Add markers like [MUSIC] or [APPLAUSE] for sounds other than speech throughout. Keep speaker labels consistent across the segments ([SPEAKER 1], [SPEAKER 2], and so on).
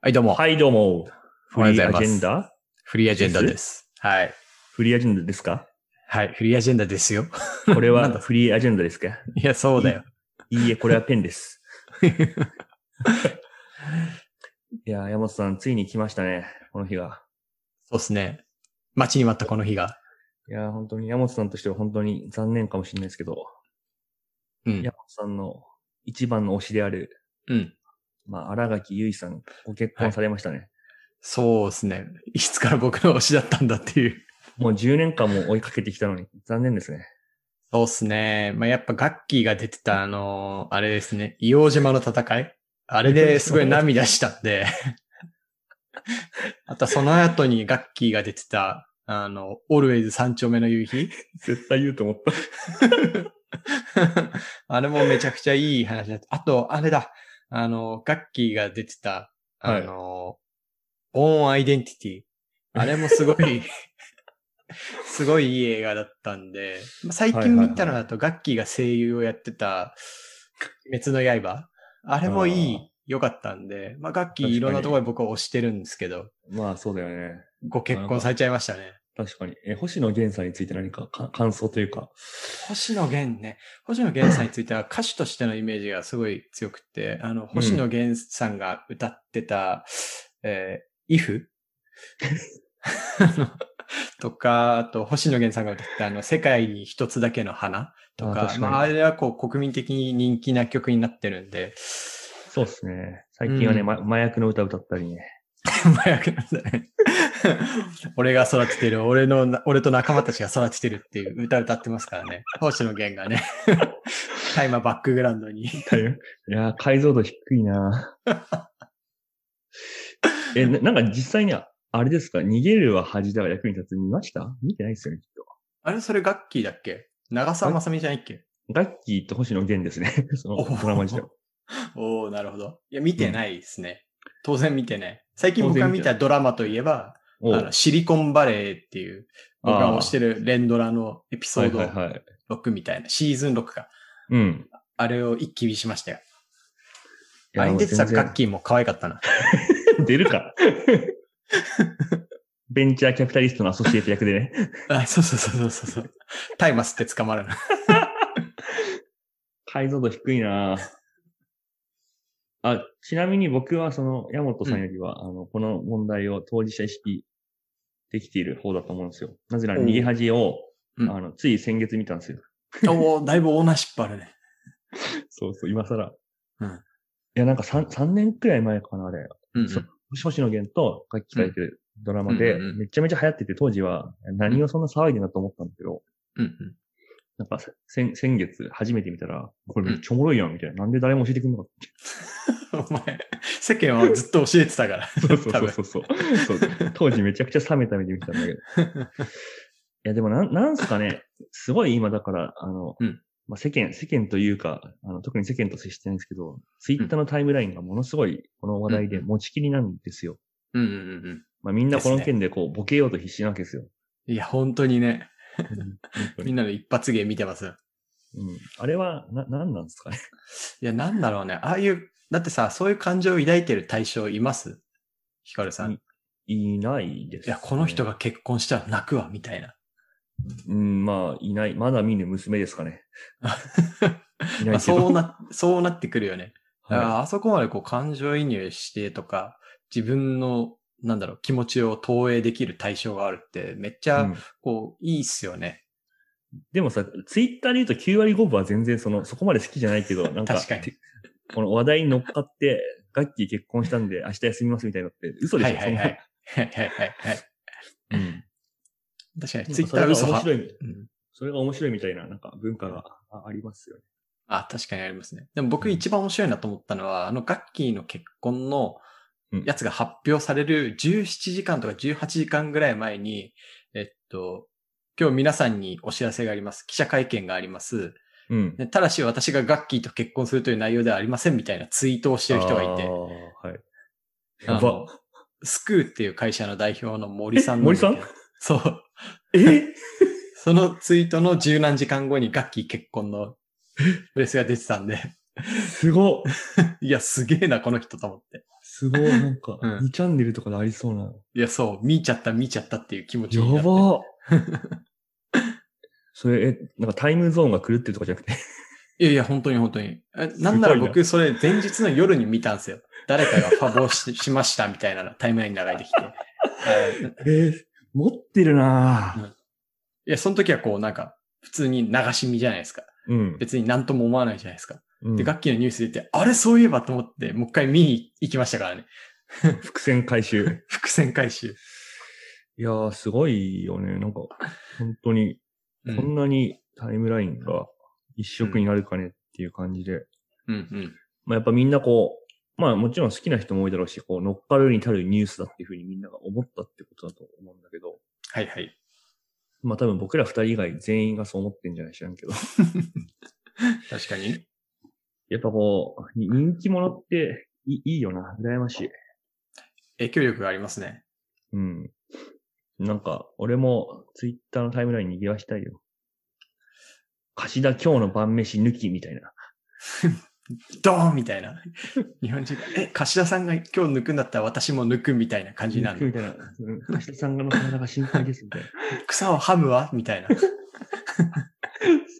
[SPEAKER 1] はい、どうも。
[SPEAKER 2] はい、どうも。
[SPEAKER 1] お
[SPEAKER 2] フ
[SPEAKER 1] はよう
[SPEAKER 2] リ
[SPEAKER 1] ござい
[SPEAKER 2] ーア
[SPEAKER 1] ます
[SPEAKER 2] ジェンダ
[SPEAKER 1] フリーアジェンダです。はい。
[SPEAKER 2] フリーアジェンダですか
[SPEAKER 1] はい、フリーアジェンダです
[SPEAKER 2] [LAUGHS]
[SPEAKER 1] よ。
[SPEAKER 2] これ
[SPEAKER 1] な
[SPEAKER 2] は
[SPEAKER 1] んだ
[SPEAKER 2] フリーアジェンダですか
[SPEAKER 1] いや、そうだよ。
[SPEAKER 2] いいえ、これはペ
[SPEAKER 1] [LAUGHS]
[SPEAKER 2] ンです。いやー、山本さん、ついに来ましたね、この日が。
[SPEAKER 1] そうですね。待ちに待ったこの日が。
[SPEAKER 2] いやー、本当に山本さんとしては本当に残念かもしれないですけど、
[SPEAKER 1] うん。
[SPEAKER 2] 山本さんの一番の推しである、
[SPEAKER 1] うん。
[SPEAKER 2] まあ、荒垣結衣さん、ご結婚されましたね。
[SPEAKER 1] そうですね。いつから僕の推しだったんだっていう。
[SPEAKER 2] もう10年間も追いかけてきたのに、残念ですね。
[SPEAKER 1] そうですね。まあ、やっぱガッキーが出てた、あのーあれですね。硫黄島の戦いあれですごい涙したんで。あとはその後にガッキーが出てた、あの、オルウェイズ三丁目の夕日
[SPEAKER 2] 絶対言うと思った。
[SPEAKER 1] [LAUGHS] あれもめちゃくちゃいい話だった。あと、あれだ。あの、ガッキーが出てた、あの、オンアイデンティティ。あれもすご
[SPEAKER 2] [LAUGHS]
[SPEAKER 1] い、すごいいい映画だったんで、まあ最近見たのだとガッキーが声優をやってた、滅の刃。あれもい
[SPEAKER 2] あー
[SPEAKER 1] い、良かったんで、まあガッキー
[SPEAKER 2] 確かに
[SPEAKER 1] いろんなところで僕は推してるんですけど、
[SPEAKER 2] まあ、そうだよね。
[SPEAKER 1] ご結婚されちゃいましたね。
[SPEAKER 2] 確かに。え、星野源さんについて何かか感想というか。
[SPEAKER 1] 星野源ね。星野源さんについては歌手としてのイメージがすごい強くて、あの、星野源さんが歌ってた、えー、if? あの [LAUGHS] とか、あと、星野源さんが歌ってた、あの、世界に一つだけの花と
[SPEAKER 2] あ
[SPEAKER 1] か、
[SPEAKER 2] 確かに
[SPEAKER 1] まあ、あれはこう、国民的に人気な曲になってるんで、 [LAUGHS]
[SPEAKER 2] そうですね。最近はね、
[SPEAKER 1] うん
[SPEAKER 2] ま麻薬の歌歌ったりね。 [LAUGHS]
[SPEAKER 1] 麻薬なんだね。 [LAUGHS] 俺が育ててる、俺のな、俺と仲間たちが育ててるっていう歌歌ってますからね。星野源がね。 [LAUGHS] 大麻バックグラウンドに。
[SPEAKER 2] いやー、解像度低いな
[SPEAKER 1] [LAUGHS]
[SPEAKER 2] えな、なんか実際にあれですか逃げるは恥だが役に立つ見ました見てないですよね、きっと。
[SPEAKER 1] あれそれガッキーだっけ長澤まさみじゃないっけ
[SPEAKER 2] ガッキーと星野源ですね。 [LAUGHS] そのドラマ自体。
[SPEAKER 1] おおなるほど。いや、見てないですね。当然見てない。最近僕が見たドラマといえば、あ
[SPEAKER 2] おう
[SPEAKER 1] のシリコンバレーっていう、僕が推してる連ドラのエピソ
[SPEAKER 2] は
[SPEAKER 1] ー
[SPEAKER 2] い
[SPEAKER 1] ド
[SPEAKER 2] はいはい。
[SPEAKER 1] 6みたいな、シーズン6か。
[SPEAKER 2] うん。
[SPEAKER 1] あれを一気見しましたよ。
[SPEAKER 2] いや
[SPEAKER 1] あれに出てた
[SPEAKER 2] もう全然
[SPEAKER 1] ガッキーも可愛かったな。
[SPEAKER 2] 出るか。 [LAUGHS] ベンチャーキャピタリストのアソシエイト役でね。
[SPEAKER 1] あそうそうそうそうそう。タイマスって捕まるな。
[SPEAKER 2] 解像度低いなぁあ、ちなみに僕はその、山本さんよりは、あの、この問題を当事者意識できている方だと思うんですよ。なぜなら
[SPEAKER 1] おう
[SPEAKER 2] 逃げ恥を、
[SPEAKER 1] うん
[SPEAKER 2] あの、つい先月見たんですよ。
[SPEAKER 1] おおだいぶオーナーシップあるね。
[SPEAKER 2] そうそう、今更。
[SPEAKER 1] うん
[SPEAKER 2] いや、なんか 3, 三年くらい前かな、あれ。
[SPEAKER 1] うん
[SPEAKER 2] そう星野源と楽器書いてるドラマで、
[SPEAKER 1] うんうんうん
[SPEAKER 2] めちゃめちゃ流行ってて、当時は何をそんな騒いでんだと思ったんだけど、
[SPEAKER 1] うんうん。
[SPEAKER 2] なんか先、先月初めて見たら、これめっちゃおもろいやん、みたいな。なんで誰も教えてくんなかった
[SPEAKER 1] お前、世間はずっと教えてたから。
[SPEAKER 2] そうそうそうそうそう。当時めちゃくちゃ冷めた目で見てたんだけど。い
[SPEAKER 1] [LAUGHS]
[SPEAKER 2] や、でもなん、なんすかね、すごい今だから、あの、
[SPEAKER 1] うん
[SPEAKER 2] まあ、世間、世間というか、あの、特に世間と接してないんですけど、ツイッターのタイムラインがものすごい、この話題で持ちきりなんですよ。
[SPEAKER 1] うんうんうんうん。
[SPEAKER 2] まあ、みんなこの
[SPEAKER 1] ですね
[SPEAKER 2] 件でこう、ボケようと必死なわけですよ。
[SPEAKER 1] いや、本当にね。
[SPEAKER 2] 本当
[SPEAKER 1] み
[SPEAKER 2] に
[SPEAKER 1] んなの一発芸見てます。
[SPEAKER 2] うん。あれは、な、なんなんですかね。
[SPEAKER 1] いや、なんだろうね。ああいう、だってさ、そういう感情を抱いてる対象いますヒカルさん。
[SPEAKER 2] い
[SPEAKER 1] い
[SPEAKER 2] いないです、
[SPEAKER 1] や、この人
[SPEAKER 2] が。
[SPEAKER 1] が結婚したら泣くわ、みたいな。
[SPEAKER 2] うん、まあ、いない。まだ見ぬ娘です
[SPEAKER 1] [LAUGHS]
[SPEAKER 2] かね。
[SPEAKER 1] ま
[SPEAKER 2] いない
[SPEAKER 1] あ、
[SPEAKER 2] けど。
[SPEAKER 1] そうな、そうなってくるよね。だから
[SPEAKER 2] は
[SPEAKER 1] あそこまでこう感情移入してとか、自分の、なんだろう、気持ちを投影できる対象があるって、めっち
[SPEAKER 2] い
[SPEAKER 1] ゃ、
[SPEAKER 2] うん
[SPEAKER 1] こう、いいっすよね。
[SPEAKER 2] でもさ、ツイッターで言うと9割5分は全然その、そこまで好きじゃない
[SPEAKER 1] [LAUGHS]
[SPEAKER 2] けど、なんか、
[SPEAKER 1] 確かに
[SPEAKER 2] てこの話題に乗っかって、ガッキー結婚したんで明日休みますみたいなのって、嘘でし
[SPEAKER 1] は
[SPEAKER 2] ょ
[SPEAKER 1] いはいはい。はいはいはいはい。
[SPEAKER 2] そんなうん。
[SPEAKER 1] 確かに、
[SPEAKER 2] ツ
[SPEAKER 1] ツ
[SPEAKER 2] イ
[SPEAKER 1] イ
[SPEAKER 2] ッ
[SPEAKER 1] ッ
[SPEAKER 2] タ
[SPEAKER 1] タ
[SPEAKER 2] ー
[SPEAKER 1] ー
[SPEAKER 2] 嘘
[SPEAKER 1] 嘘
[SPEAKER 2] 面
[SPEAKER 1] は
[SPEAKER 2] 白。い。
[SPEAKER 1] うん
[SPEAKER 2] それが面白いみたいな、なんか文化があありますよね。
[SPEAKER 1] あ、確かにありますね。でも僕一番面白いなと思ったのは、あのガッキーの結婚の
[SPEAKER 2] うん
[SPEAKER 1] やつが発表される17時間とか18時間ぐらい前に、えっと、今日皆さんにお知らせがあります。記者会見があります。
[SPEAKER 2] うん。
[SPEAKER 1] でただし私がガッキーと結婚するという内容ではありませんみたいなツイートをしてる人がいて
[SPEAKER 2] あ、ーはい。
[SPEAKER 1] あ
[SPEAKER 2] やば
[SPEAKER 1] の。スクーっていう会社の代表の森さん
[SPEAKER 2] え森さん
[SPEAKER 1] そう。
[SPEAKER 2] え
[SPEAKER 1] そのツイートの十何時間後にガッキー結婚の [LAUGHS] プレスが出てたんで、
[SPEAKER 2] すごっ
[SPEAKER 1] いや、すげえな、この人と思って。
[SPEAKER 2] す
[SPEAKER 1] [LAUGHS]
[SPEAKER 2] すごい、なんか、
[SPEAKER 1] うん
[SPEAKER 2] 2チャンネルとかでありそうな。
[SPEAKER 1] いや、そう、見ちゃった見ちゃったっていう気持ち
[SPEAKER 2] や
[SPEAKER 1] になって。
[SPEAKER 2] ばーそれ、え、なんかタイムゾーンが狂ってるとかじゃな
[SPEAKER 1] [LAUGHS]
[SPEAKER 2] くて。
[SPEAKER 1] いやいや、本当に本当に。えなんなら
[SPEAKER 2] すごいな
[SPEAKER 1] 僕、それ前日の夜に見たんですよ。誰かがファボししましたみたいなのタイムラインに流れてきて。あ
[SPEAKER 2] えー、持ってるなぁ
[SPEAKER 1] いや、その時はこう、なんか、普通に流し見じゃないですか。
[SPEAKER 2] うん。
[SPEAKER 1] 別になんとも思わないじゃないですか。
[SPEAKER 2] うん
[SPEAKER 1] で、楽器のニュース出て、あれそういえばと思って、もう一回見に行きましたからね。
[SPEAKER 2] 伏線回収。
[SPEAKER 1] 伏線回収。
[SPEAKER 2] いやー、すごいよね。なんか、本当に、
[SPEAKER 1] うん、
[SPEAKER 2] こんなにタイムラインが一色になるかねっていう感じで。
[SPEAKER 1] うんうん。
[SPEAKER 2] まあやっぱみんなこう、まあもちろん好きな人も多いだろうし、こう乗っかるに足るニュースだっていうふうにみんなが思ったってことだと思うんだけど、
[SPEAKER 1] はいはい。
[SPEAKER 2] まあ多分僕ら二人以外全員がそう思ってんじゃない知らんけど。
[SPEAKER 1] 確かに。
[SPEAKER 2] やっぱこう、に人気者っていいいいよな。羨ましい。
[SPEAKER 1] 影響力がありますね。
[SPEAKER 2] うん。なんか、俺もツイッターのタイムラインに賑わしたいよ。柏田今日の晩飯抜きみたいな。
[SPEAKER 1] ドーンみた
[SPEAKER 2] [LAUGHS]
[SPEAKER 1] いな。日本人が、え、柏田さんが今日抜くんだったら私も抜くみたいな感じにな
[SPEAKER 2] 抜く
[SPEAKER 1] る。
[SPEAKER 2] みたいな。うん柏田さんの体が心配ですみたいな。
[SPEAKER 1] 草をハムはみたいな。 [LAUGHS]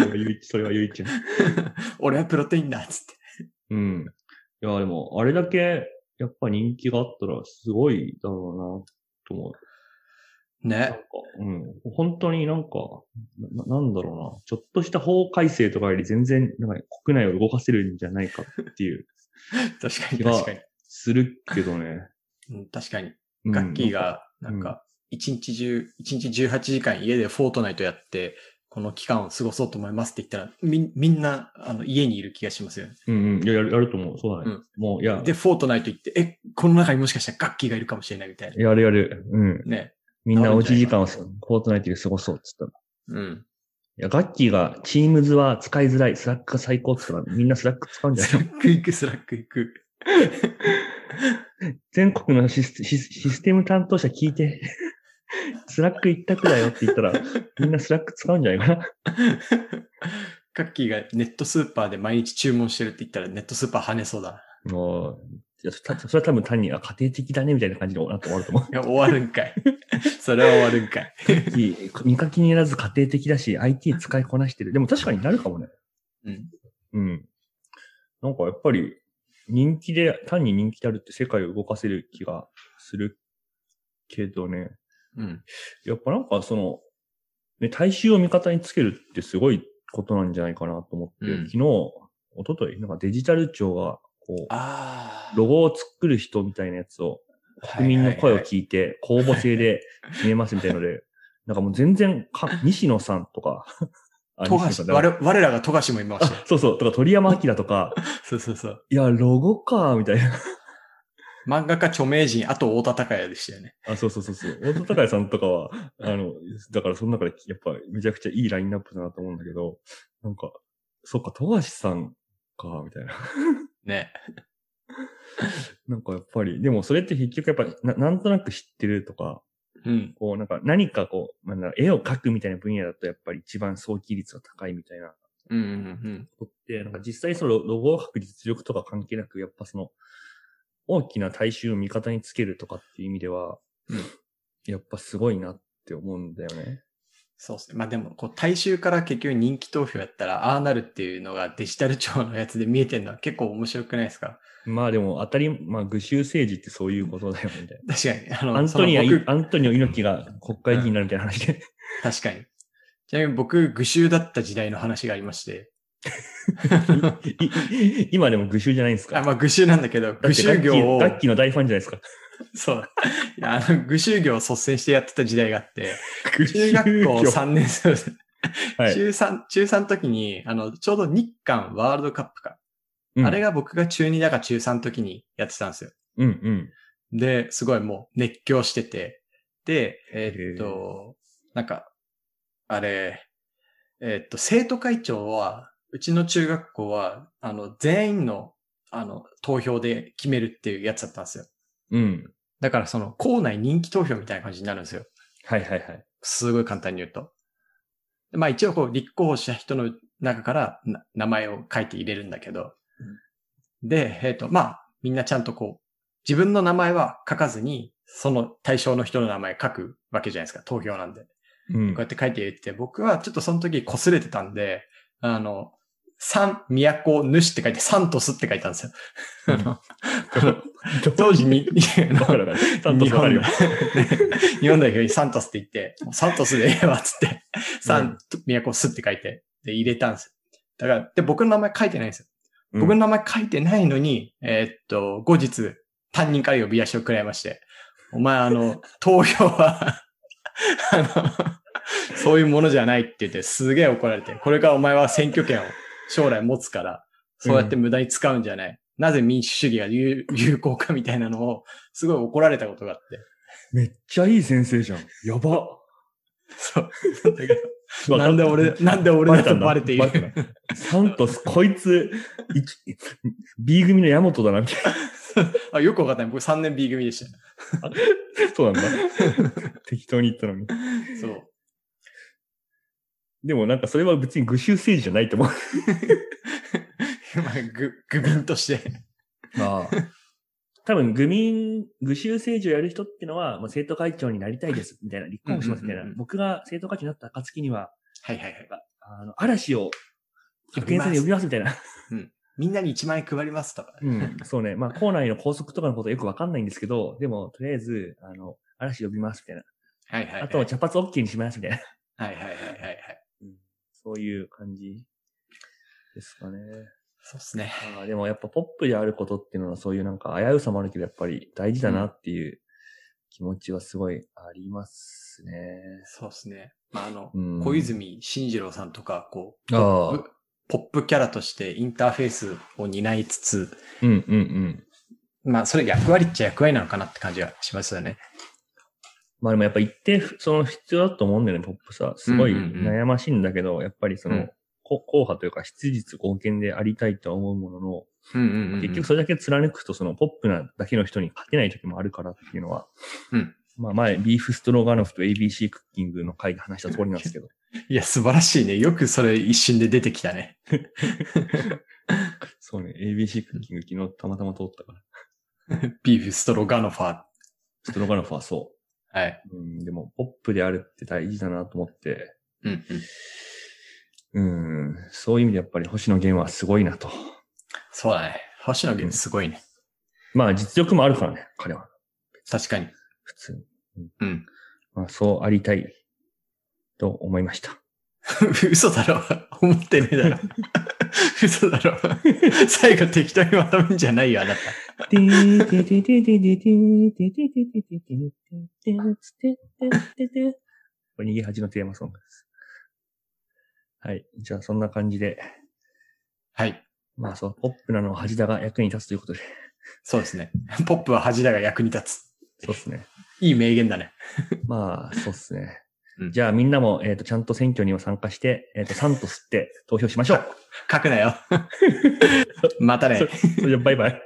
[SPEAKER 2] それはゆい、それはゆいちゃん。
[SPEAKER 1] 俺はプロテインだっつって。
[SPEAKER 2] うん。いや、でも、あれだけ、やっぱ人気があったら、すごいだろうな、と思う。なん
[SPEAKER 1] ね。
[SPEAKER 2] か、うん。本当になんか、ななんだろうな。ちょっとした法改正とかより全然、なんか国内を動かせるんじゃないかって [LAUGHS] いう、
[SPEAKER 1] 確かに
[SPEAKER 2] いや
[SPEAKER 1] 確かに。
[SPEAKER 2] するけどね。
[SPEAKER 1] うん、確かに。
[SPEAKER 2] うん
[SPEAKER 1] ガッキー。が、なん
[SPEAKER 2] う
[SPEAKER 1] か、一日中、一日18時間家でフォートナイトやって、この期間を過ごそうと思いますって言ったら、み、みんな、あの、家にいる気がしますよね。
[SPEAKER 2] うんうん。いや、やるやると思う。そうだね。もう、いや、
[SPEAKER 1] で、フォートナイト行って、え、この中にもしかしたらガッキーがいるかもしれないみたいな。
[SPEAKER 2] やるやる。うん。
[SPEAKER 1] ね。
[SPEAKER 2] みんなおうち時間を
[SPEAKER 1] なるんじゃない
[SPEAKER 2] コートナイトで過ごそうっつった
[SPEAKER 1] う
[SPEAKER 2] の。
[SPEAKER 1] ん。
[SPEAKER 2] いや、ガッキーが、チームズは使いづらい、スラックが最高っつったから、みんなスラック使うんじゃな
[SPEAKER 1] [LAUGHS]
[SPEAKER 2] い
[SPEAKER 1] スラック行く、スラック行く。
[SPEAKER 2] 全国のシスシスシステム担当者聞いて、 [LAUGHS] スラック一択だよって言ったら、みんなスラック使うんじゃないかな。
[SPEAKER 1] ガッキーがネットスーパーで毎日注文してるって言ったら、ネットスーパー跳ねそうだな。
[SPEAKER 2] もう、いやそたそれは多分単に、あ、家庭的だねみたいな感じでなって終わる
[SPEAKER 1] [LAUGHS]
[SPEAKER 2] と思う。
[SPEAKER 1] いや、終わるんかい。それは終わるんかい。
[SPEAKER 2] いい見かけによらず家庭的だし、IT 使いこなしてる。でも確かになるかもね。
[SPEAKER 1] うん。
[SPEAKER 2] うん。なんかやっぱり、人気で、単に人気であるって世界を動かせる気がするけどね。
[SPEAKER 1] うん。
[SPEAKER 2] やっぱなんかその、ね、大衆を味方につけるってすごいことなんじゃないかなと思って、
[SPEAKER 1] うん
[SPEAKER 2] 昨日、一昨日なんかデジタル庁が、こう、
[SPEAKER 1] ああ。
[SPEAKER 2] ロゴを作る人みたいなやつを、
[SPEAKER 1] はい
[SPEAKER 2] 国民の声を
[SPEAKER 1] はいはい
[SPEAKER 2] 聞いて、公募制で決めますみたい
[SPEAKER 1] [LAUGHS]
[SPEAKER 2] ので、なんかもう全然か、西野さんとか、あ
[SPEAKER 1] 富
[SPEAKER 2] 西
[SPEAKER 1] 樫
[SPEAKER 2] 野さんだ
[SPEAKER 1] 我我らが富樫もいましたよ。
[SPEAKER 2] そうそう、とか鳥山明とか、
[SPEAKER 1] そうそうそう。
[SPEAKER 2] いや、ロゴか、みたいな。
[SPEAKER 1] 漫画家著名人、あと太田隆也でしたよね。
[SPEAKER 2] [LAUGHS] あ、そうそうそうそう。大田隆也さんとかは、あの、だからその中でやっぱめちゃくちゃいいラインナップだなと思うんだけど、なんか、そっか、富樫さんか、みたいな。 [LAUGHS]
[SPEAKER 1] ね。
[SPEAKER 2] なんかやっぱり、でもそれって結局やっぱな、なんとなく知ってるとか、
[SPEAKER 1] うん。
[SPEAKER 2] こうなんか何かこう、まあ、なんだ絵を描くみたいな分野だとやっぱり一番早期率が高いみたいな
[SPEAKER 1] うんうん
[SPEAKER 2] ことって、なんか実際そのロゴを描く実力とか関係なく、やっぱその、大きな大衆を味方につけるとかっていう意味では、
[SPEAKER 1] うん
[SPEAKER 2] やっぱすごいなって思うんだよね。
[SPEAKER 1] そうですね。まあでも、こう、大衆から結局人気投票やったら、ああなるっていうのがデジタル庁のやつで見えてるのは結構面白くないですか
[SPEAKER 2] まあでも当たり、まあ、愚州政治ってそういうことだよ、みたい
[SPEAKER 1] 確かに。あの、
[SPEAKER 2] な。アントニオ
[SPEAKER 1] その僕
[SPEAKER 2] アントニオ猪木が国会議員になるみたいな話で。
[SPEAKER 1] 確かに。ちなみに僕、愚州だった時代の話がありま
[SPEAKER 2] [LAUGHS]
[SPEAKER 1] して。
[SPEAKER 2] いい [LAUGHS] 今でも愚州じゃないですか。
[SPEAKER 1] あまあ、愚州なんだけど、
[SPEAKER 2] だ
[SPEAKER 1] 愚
[SPEAKER 2] ってガ
[SPEAKER 1] 州
[SPEAKER 2] ッキー
[SPEAKER 1] 業を
[SPEAKER 2] ガ、ッキーの大ファンじゃないですか。
[SPEAKER 1] そう。あの、愚州業を率先してやってた時代があって、
[SPEAKER 2] [LAUGHS] 愚
[SPEAKER 1] 中学校3年生、
[SPEAKER 2] はい。
[SPEAKER 1] 中3、中3の時に、あの、ちょうど日韓ワールドカップか。
[SPEAKER 2] うん
[SPEAKER 1] あれが僕が中2だか中3の時にやってたんですよ。
[SPEAKER 2] うんうん。
[SPEAKER 1] で、すごいもう熱狂してて。で、えーっと、なんか、あれ、えーっと、生徒会長は、うちの中学校は、あの、全員の、あの、投票で決めるっていうやつだったんですよ。
[SPEAKER 2] うん。
[SPEAKER 1] だからその、校内人気投票みたいな感じになるんですよ。
[SPEAKER 2] はいはいはい。
[SPEAKER 1] すごい簡単に言うと。でまあ一応こう立候補した人の中からな名前を書いて入れるんだけど。で、えっ、と、まあみんなちゃんとこう自分の名前は書かずに、その対象の人の名前書くわけじゃないですか、投票なんで。こ
[SPEAKER 2] うん
[SPEAKER 1] うやって書いて入れてて、僕はちょっとその時擦れてたんで、あの、三、都、主って書いて、サントスって書いたんですよ。 [LAUGHS] あの当時に、
[SPEAKER 2] だからね、ちゃんと
[SPEAKER 1] 日
[SPEAKER 2] わか
[SPEAKER 1] 本 [LAUGHS]
[SPEAKER 2] る
[SPEAKER 1] の
[SPEAKER 2] よ。
[SPEAKER 1] ね日本代表にサントスって言って、サントスでええわっつって、サン、都スって書いて、で、入れたんですよ。だから、で、僕の名前書いてないんですよ。僕の名前書いてないのに、えーっと、後日、担任から呼び出しを食らいまして、お前、あ [LAUGHS] の、投票は、あの、そういうものじゃないって言って、すげえ怒られて、これからお前は選挙権を将来持つから、そうやって無駄に使うんじゃない。なぜ民主主義が有有効かみたいなのを、すごい怒られたことがあって。
[SPEAKER 2] めっちゃいい先生じゃん。やば。
[SPEAKER 1] [LAUGHS] そう。だからなんで俺、 [LAUGHS] なんで俺だとバレてい
[SPEAKER 2] バレ
[SPEAKER 1] る
[SPEAKER 2] たんだサントス、こいつ、いき B 組のヤマトだな、みたい
[SPEAKER 1] [LAUGHS] あ、よくわかんない。僕3年 B 組でした。
[SPEAKER 2] な。そうなんだ。
[SPEAKER 1] [LAUGHS]
[SPEAKER 2] 適当に言ったのに。
[SPEAKER 1] そう。
[SPEAKER 2] でもなんかそれは別に具衆政治じゃないと思う。
[SPEAKER 1] まあ、ぐ、ぐびんとして。
[SPEAKER 2] ああ。多分、愚民、愚州政治をやる人ってのは、もう生徒会長になりたいです、みたいな、立候補します、みたいな
[SPEAKER 1] うんうんうんう。ん
[SPEAKER 2] 僕が生徒会長になった暁には、
[SPEAKER 1] はいはいはい。
[SPEAKER 2] あの、嵐を、学園祭で呼びます、みたいな。
[SPEAKER 1] [LAUGHS] みんなに1万円配りますとか。
[SPEAKER 2] うん、そうね。まあ、校内の校則とかのことはよくわかんないんですけど、でも、とりあえず、あの、嵐呼びます、みたいな。
[SPEAKER 1] はいはい、はい。
[SPEAKER 2] あと、茶髪 OK にします、みたいな。 [LAUGHS]
[SPEAKER 1] はいはいはいはいはい。
[SPEAKER 2] そういう感じですかね。
[SPEAKER 1] そうですね。
[SPEAKER 2] ああでもやっぱポップであることっていうのはそういうなんか危うさもあるけどやっぱり大事だなっていう気持ちはすごいありますね。
[SPEAKER 1] そうですね。まあ、あの、
[SPEAKER 2] うん
[SPEAKER 1] 小泉進次郎さんとか、こう、ポ
[SPEAKER 2] あ
[SPEAKER 1] ップポップキャラとしてインターフェースを担いつつ、
[SPEAKER 2] うんうんうん。
[SPEAKER 1] まあ、それ役割っちゃ役割なのかなって感じがしますよね。
[SPEAKER 2] まあでもやっぱ一定その必要だと思うんだよね、ポップさ。すごい
[SPEAKER 1] うんうんうん
[SPEAKER 2] 悩ましいんだけど、やっぱりその、
[SPEAKER 1] うん
[SPEAKER 2] こ硬派というか、質実貢献でありたいとは思うものの、
[SPEAKER 1] うんうんうん、
[SPEAKER 2] 結局それだけ貫くと、そのポップなだけの人に勝てない時もあるからっていうのは、
[SPEAKER 1] うん
[SPEAKER 2] まあ前、ビーフストロガノフと ABC クッキングの回で話した通りなんですけど、
[SPEAKER 1] いや、素晴らしいね。よくそれ一瞬で出てきたね。
[SPEAKER 2] そうね、ABC クッキング昨日たまたま通ったから、
[SPEAKER 1] ビーフストロガノファー。
[SPEAKER 2] ストロガノフはそ
[SPEAKER 1] はい。
[SPEAKER 2] う。うん、でも、ポップであるって大事だなと思って、
[SPEAKER 1] うんうん。
[SPEAKER 2] うん、そういう意味でやっぱり星野源はすごいなと。
[SPEAKER 1] そうだね。星野源すごいね。
[SPEAKER 2] まあ実力もあるからね、彼は。
[SPEAKER 1] 確かに。
[SPEAKER 2] 普通に。
[SPEAKER 1] うん。
[SPEAKER 2] まあそうありたいと思いました。
[SPEAKER 1] [LAUGHS] 嘘だろ。思ってねえだろ。 [LAUGHS] 嘘だろ。最後適当にまとめんじゃないよ、あなた。
[SPEAKER 2] これ逃げ恥のテーマソングです。はい。じゃあそんな感じで、
[SPEAKER 1] はい。
[SPEAKER 2] まあそう、ポップなのは恥だが役に立つということで。
[SPEAKER 1] そうですね。ポップは恥だが役に立つ。
[SPEAKER 2] そうですね。
[SPEAKER 1] いい名言だね。
[SPEAKER 2] まあ、そうですね
[SPEAKER 1] う。ん
[SPEAKER 2] じゃあみんなも、えっ、と、ちゃんと選挙にも参加して、えっ、と、サンと吸って投票しましょう。
[SPEAKER 1] [LAUGHS] 書くなよ。またね。
[SPEAKER 2] それじゃあバイバイ。